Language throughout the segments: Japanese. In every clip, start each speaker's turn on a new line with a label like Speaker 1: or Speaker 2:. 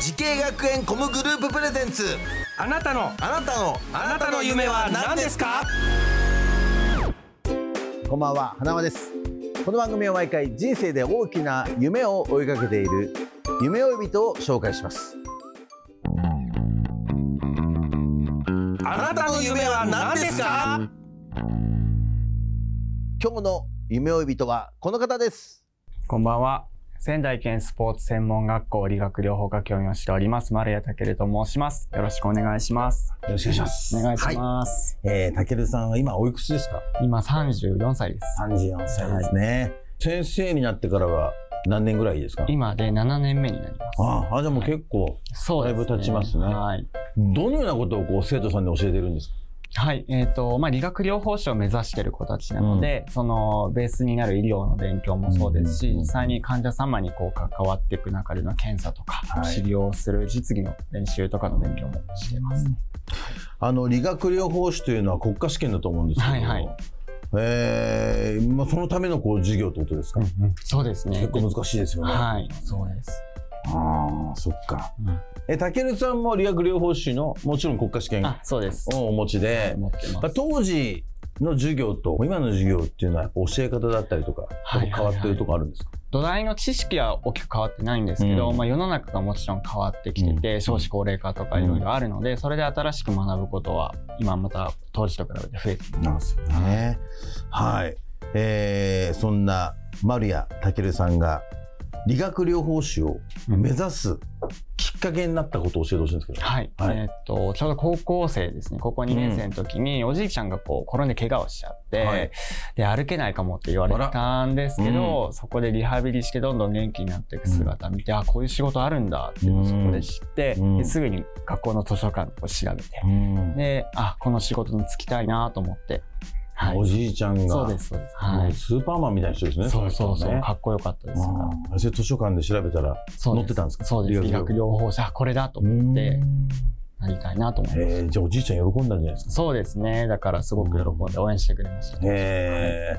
Speaker 1: 時系学園コムグループプレゼンツ
Speaker 2: あなたの
Speaker 1: あなたのあなたの夢は何ですか
Speaker 3: こんばんは花輪ですこの番組は毎回人生で大きな夢を追いかけている夢追い人を紹介します
Speaker 1: あなたの夢は何ですか
Speaker 3: 今日の夢追い人はこの方です
Speaker 4: こんばんは。仙台県スポーツ専門学校理学療法科教員をしております、丸谷健と申します。よろしくお願いします。
Speaker 5: よろしくお願いします。
Speaker 4: お願いし
Speaker 5: は
Speaker 4: ます。
Speaker 5: い。えー、たけるさんは今おいくつですか
Speaker 4: 今34歳です。
Speaker 5: ?34 歳
Speaker 4: です
Speaker 5: ね、先生になってからは何年ぐらいですか
Speaker 4: 今で7年目になりま
Speaker 5: ああ、じゃあもう結構、
Speaker 4: す。そうです、ね。
Speaker 5: だいぶ経ちますね
Speaker 4: はい。
Speaker 5: どのようなことをこう生徒さんに教えてるんですか
Speaker 4: はい。えっ、と、まあ、理学療法士を目指している子たちなので、その、ベースになる医療の勉強もそうですし、
Speaker 5: うん
Speaker 4: 実際に患者様にこう関わっていく中での検査とか、
Speaker 5: はい
Speaker 4: 治療をする実技の練習とかの勉強もしています。
Speaker 5: あの、理学療法士というのは国家試験だと思うんですけど、
Speaker 4: はいはい
Speaker 5: えーまあ、そのためのこう授業ってことですか、
Speaker 4: そうですね。
Speaker 5: 結構難しいですよね。
Speaker 4: はい。そうです。
Speaker 5: ああ、そっか
Speaker 4: うん。
Speaker 5: え、たけるさんも理学療法士の、もちろん国家試験
Speaker 4: あ、そうです。
Speaker 5: をお持ちで、
Speaker 4: 持って
Speaker 5: ま
Speaker 4: ま
Speaker 5: あ
Speaker 4: す。
Speaker 5: 当時の授業と今の授業っていうのは教え方だったりとか、
Speaker 4: はいはいはい
Speaker 5: 変わってるとこあるんですか、
Speaker 4: 土台の知識は大きく変わってないんですけど、
Speaker 5: うん
Speaker 4: まあ、世の中がもちろん変わってきてて、少子高齢化とかいろいろあるので、それで新しく学ぶことは今また当時と比べて増えて
Speaker 5: なんですよね。はい。えーそんな丸谷健さんが理学療法士を目指すきっかけになったことを教えてほしいんですけど。
Speaker 4: はい、
Speaker 5: はい
Speaker 4: えーっとちょうど高校生ですね高校2年生の時に、おじいちゃんがこう転んで怪我をしちゃって、
Speaker 5: はい
Speaker 4: で歩けないかもって言われたんですけど、そこでリハビリしてどんどん元気になっていく姿見て、あこういう仕事あるんだっていうのをそこで知って、
Speaker 5: うん
Speaker 4: ですぐに学校の図書館を調べて、
Speaker 5: うん
Speaker 4: であこの仕事に就きたいなと思って、はい、
Speaker 5: おじいちゃんが
Speaker 4: そうですそうです、
Speaker 5: も
Speaker 4: は
Speaker 5: う
Speaker 4: い、
Speaker 5: スーパーマンみたいな人ですね。
Speaker 4: そうそうそう、
Speaker 5: の人ね
Speaker 4: かっこよかったですから
Speaker 5: あーそれ図書館で調べたら
Speaker 4: そう
Speaker 5: 載ってたんですか
Speaker 4: そうです
Speaker 5: 理
Speaker 4: 理
Speaker 5: 学
Speaker 4: 学
Speaker 5: 療
Speaker 4: 療法士あこれだと思って
Speaker 5: うん
Speaker 4: なりたいなと思って。
Speaker 5: えーじゃあおじいちゃん喜んだんじゃないですか
Speaker 4: そうですね。だからすごく喜んで応援してくれました。
Speaker 5: へ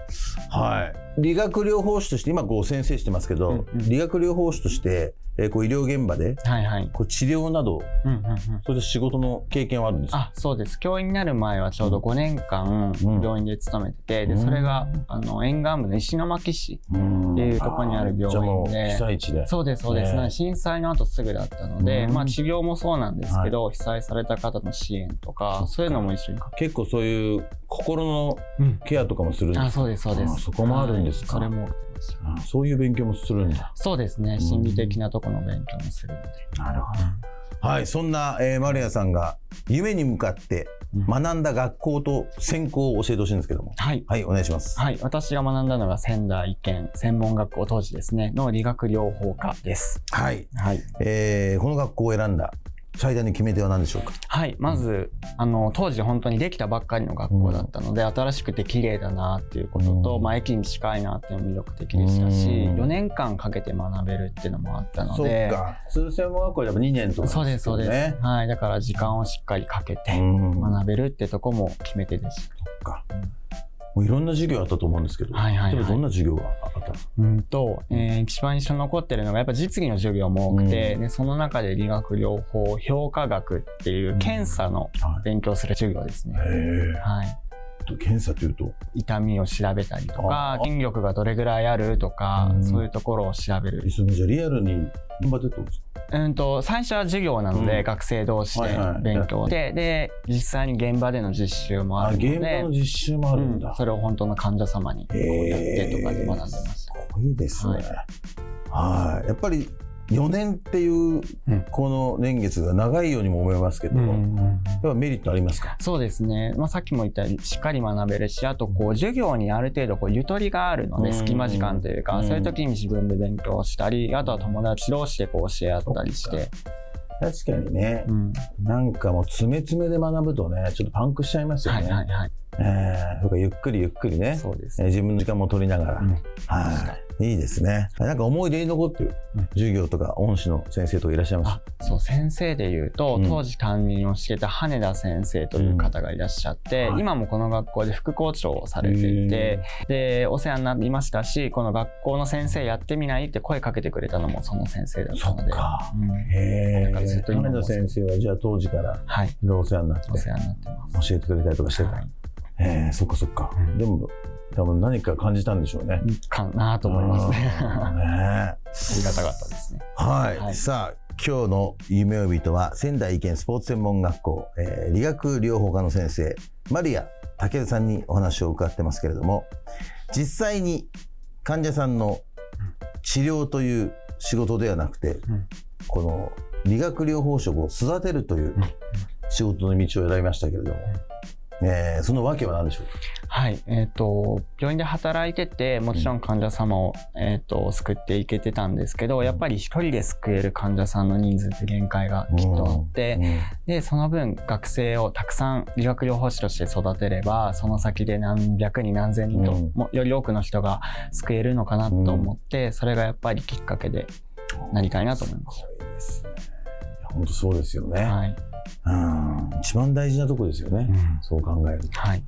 Speaker 5: ーはい、理学療法士として今こう先生してますけど、
Speaker 4: うんうん
Speaker 5: 理学療法士として、えーこう医療現場で
Speaker 4: はいはい。
Speaker 5: こう治療など
Speaker 4: うんうんうん。
Speaker 5: そういう仕事の経験はあるんですか
Speaker 4: あ、そうです。教員になる前はちょうど5年間
Speaker 5: うん
Speaker 4: 病院で勤めてて、
Speaker 5: うん
Speaker 4: で、それが、あの、沿岸部の石巻市。
Speaker 5: っ
Speaker 4: っていうとこにある病院で
Speaker 5: じゃあもう被災地で
Speaker 4: そうです、そうです。
Speaker 5: ね
Speaker 4: なんで震災の後すぐだったので、
Speaker 5: うん
Speaker 4: まあ治療もそうなんですけど、被災された方の支援とか、そういうのも一緒にかけ
Speaker 5: 結構そういう心の
Speaker 4: うん
Speaker 5: ケアとかもするん
Speaker 4: あ、
Speaker 5: です
Speaker 4: そうです、そうで
Speaker 5: あ
Speaker 4: す。
Speaker 5: そこもあるんですか
Speaker 4: はいそれも受けてました。
Speaker 5: あそういう勉強もするんだ
Speaker 4: そうですね。心理的なとこの勉強もするので。
Speaker 5: なるほどはいそんな、えー、マリアさんが夢に向かって学んだ学校と専攻を教えてほしいんですけども
Speaker 4: はい。
Speaker 5: はいお願いします、
Speaker 4: はい、私が学んだのが仙台県専門学校当時ですねの理学療法科です。
Speaker 5: はい
Speaker 4: はい、
Speaker 5: えーこの学校を選んだ最大の決め手は何でしょうか
Speaker 4: はい、まずあの当時本当にできたばっかりの学校だったので、新しくて綺麗だなっていうことと、
Speaker 5: うん
Speaker 4: まあ、駅に近いなっていうのも魅力的でしたし、
Speaker 5: うん
Speaker 4: 4年間かけて学べるっていうのもあったの
Speaker 5: そ
Speaker 4: で
Speaker 5: っか普通専門学校でも2年とか
Speaker 4: そうですそうです、
Speaker 5: ね
Speaker 4: はい、だから時間をしっかりかけて
Speaker 5: うん
Speaker 4: 学べるってとこも決め手でした。
Speaker 5: もういろんな授業あったと思うんですけど、
Speaker 4: はいはいはい
Speaker 5: 例えばどんな授業があったんですか
Speaker 4: うんと、えー一番印象に残ってるのがやっぱ実技の授業も多くて、
Speaker 5: うん
Speaker 4: でその中で理学療法評価学っていう検査の
Speaker 5: はい
Speaker 4: 勉強する授業ですね。はい
Speaker 5: 検査というと
Speaker 4: 痛みを調べたりと
Speaker 5: あ
Speaker 4: か筋力がどれぐらいあるとか、
Speaker 5: うん
Speaker 4: そういうところを調べる
Speaker 5: そのじゃあリアルに現場でってことですか
Speaker 4: うんと最初は授業なので、
Speaker 5: うん
Speaker 4: 学生同士
Speaker 5: はい
Speaker 4: で
Speaker 5: はい
Speaker 4: 勉強で、で実際に現場での実習もあるの
Speaker 5: 現場
Speaker 4: で
Speaker 5: の実習もあるんだ、
Speaker 4: うんそれを本当の患者様にこうやってとかで学んでました
Speaker 5: すごいですねはい、やっぱり4年っていう
Speaker 4: うん
Speaker 5: この年月が長いようにも思いますけど、
Speaker 4: うん
Speaker 5: やっ
Speaker 4: うんうん
Speaker 5: ぱメリットありますか
Speaker 4: そうですね、まあ、さっきも言ったようにしっかり学べるしあとこう授業にある程度こうゆとりがあるので
Speaker 5: うん
Speaker 4: 隙間時間というか、
Speaker 5: うん
Speaker 4: そういう時に自分で勉強したりあとは友達同士でこう教え合ったりして、
Speaker 5: 確かにね
Speaker 4: う、ん
Speaker 5: なんかもう詰め詰めで学ぶとねちょっとパンクしちゃいますよ
Speaker 4: はい
Speaker 5: ね、
Speaker 4: はいはい
Speaker 5: えーそうかゆっくりゆっくりね、
Speaker 4: そうです
Speaker 5: えー
Speaker 4: ね
Speaker 5: 自分の時間も取りながら、
Speaker 4: うん確か
Speaker 5: はいいいですねなんか思い出に残ってる
Speaker 4: うん
Speaker 5: 授業とか恩師の先生とかいらっしゃいます
Speaker 4: あそう先生でいうと、
Speaker 5: うん
Speaker 4: 当時担任をしてた羽田先生という方がいらっしゃっ
Speaker 5: う
Speaker 4: て、
Speaker 5: んはい
Speaker 4: 今もこの学校で副校長をされていてでお世話になりましたしこの学校の先生やってみないって声かけてくれたのもその先生だった
Speaker 5: そ
Speaker 4: の
Speaker 5: っ
Speaker 4: で。
Speaker 5: か
Speaker 4: うん
Speaker 5: へえ
Speaker 4: だからずっと今
Speaker 5: 金
Speaker 4: も
Speaker 5: 田先生はじゃあ当時から
Speaker 4: はい
Speaker 5: いろいろお世話になって
Speaker 4: お世話になってます。
Speaker 5: 教えてくれたりとかしてた、
Speaker 4: はい
Speaker 5: へえそっかそっか、
Speaker 4: うん
Speaker 5: でも多分何か感じたんでしょうね
Speaker 4: かなと思いますね。
Speaker 5: うん
Speaker 4: あ
Speaker 5: ね
Speaker 4: りがたかったですね。
Speaker 5: はい、
Speaker 4: はい
Speaker 5: さあ今日の夢呼びとは仙台医研スポーツ専門学校、えー理学療法科の先生丸谷武さんにお話を伺ってますけれども実際に患者さんの治療という仕事ではなくて、
Speaker 4: ん
Speaker 5: この理学療法職を育てるという仕事の道を選びましたけれども、えーその訳は何でしょうか
Speaker 4: はい、えっ、と病院で働いててもちろん患者様を、えっ、と救っていけてたんですけど、やっぱり一人で救える患者さんの人数って限界がきっとあって、でその分学生をたくさん理学療法士として育てればその先で何百人何千人と、
Speaker 5: うん
Speaker 4: もより多くの人が救えるのかなと思って、それがやっぱりきっかけでなりたいなと思いまし
Speaker 5: 本当そうですよね、
Speaker 4: た。はい、
Speaker 5: うん一番大事なとこですよね、そう考えると。
Speaker 4: はい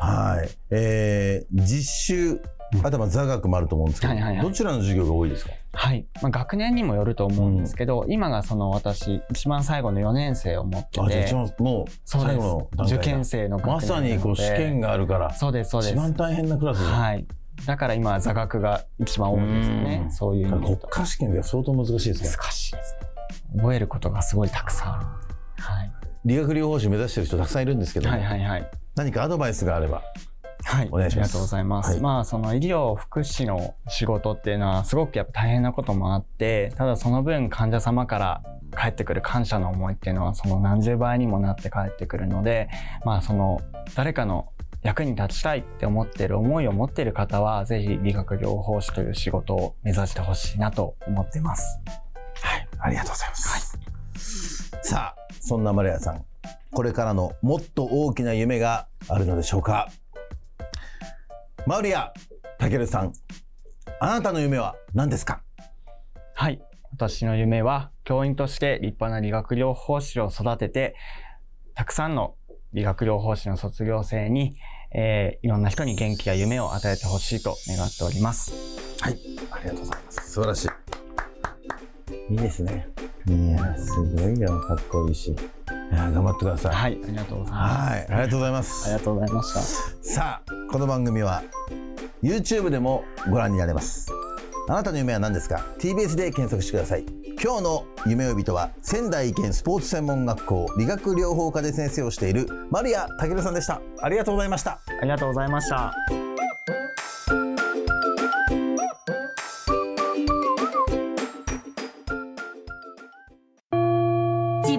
Speaker 5: はい、えー実習
Speaker 4: うん
Speaker 5: あとはまあ座学もあると思うんですけど、
Speaker 4: はいはいはい
Speaker 5: どちらの授業が多いですか、
Speaker 4: はい、まあ、学年にもよると思うんですけど、今がその私一番最後の4年生を持って
Speaker 5: あじゃあ
Speaker 4: て
Speaker 5: 一番もう
Speaker 4: そう
Speaker 5: 最
Speaker 4: で
Speaker 5: 後の段階
Speaker 4: す
Speaker 5: だ
Speaker 4: 受験生の学年
Speaker 5: まさにこう
Speaker 4: なの
Speaker 5: 試
Speaker 4: で
Speaker 5: 験があるから
Speaker 4: そうですそうで
Speaker 5: 一
Speaker 4: す
Speaker 5: 番大変なクラスじゃん
Speaker 4: はいだから今は座学が一番多いですよ
Speaker 5: う
Speaker 4: ね
Speaker 5: ん
Speaker 4: そういう意
Speaker 5: だ
Speaker 4: 味
Speaker 5: から
Speaker 4: で言
Speaker 5: 国
Speaker 4: うと
Speaker 5: 家試験では相当難しいですね
Speaker 4: 難しいですね覚えることがすごいたくさんある、はい、
Speaker 5: 理学療法士目指してる人たくさんいるんですけど、
Speaker 4: はいはいはい
Speaker 5: 何かアドバイスがあれば
Speaker 4: はい、
Speaker 5: お願いします
Speaker 4: ありがとうございます。
Speaker 5: はい
Speaker 4: まあその医療福祉の仕事っていうのはすごくやっぱ大変なこともあって、ただその分患者様から返ってくる感謝の思いっていうのはその何十倍にもなって返ってくるので、まあその誰かの役に立ちたいって思ってる思いを持ってる方はぜひ理学療法士という仕事を目指してほしいなと思ってます。
Speaker 5: ありがとうございます、さあそんなマリアさんこれからのもっと大きな夢があるのでしょうかマリアたけるさんあなたの夢は何ですか
Speaker 4: はい。私の夢は教員として立派な理学療法士を育てて、たくさんの理学療法士の卒業生に、えーいろんな人に元気や夢を与えてほしいと願っております。
Speaker 5: ありがとうございます素晴らしいいいですねいやすごいよかっこいいしいや頑張ってください
Speaker 4: はいい。ありがとうございます。
Speaker 5: はいありがとうございま
Speaker 4: あ
Speaker 5: す
Speaker 4: りがとうございました。
Speaker 5: さあこの番組は YouTube でもご覧になれますあなたの夢は何ですか TBS で検索してください今日の夢呼びとは仙台医研スポーツ専門学校理学療法科で先生をしている丸谷武さんでしたありがとうございました
Speaker 4: ありがとうございました。
Speaker 6: 自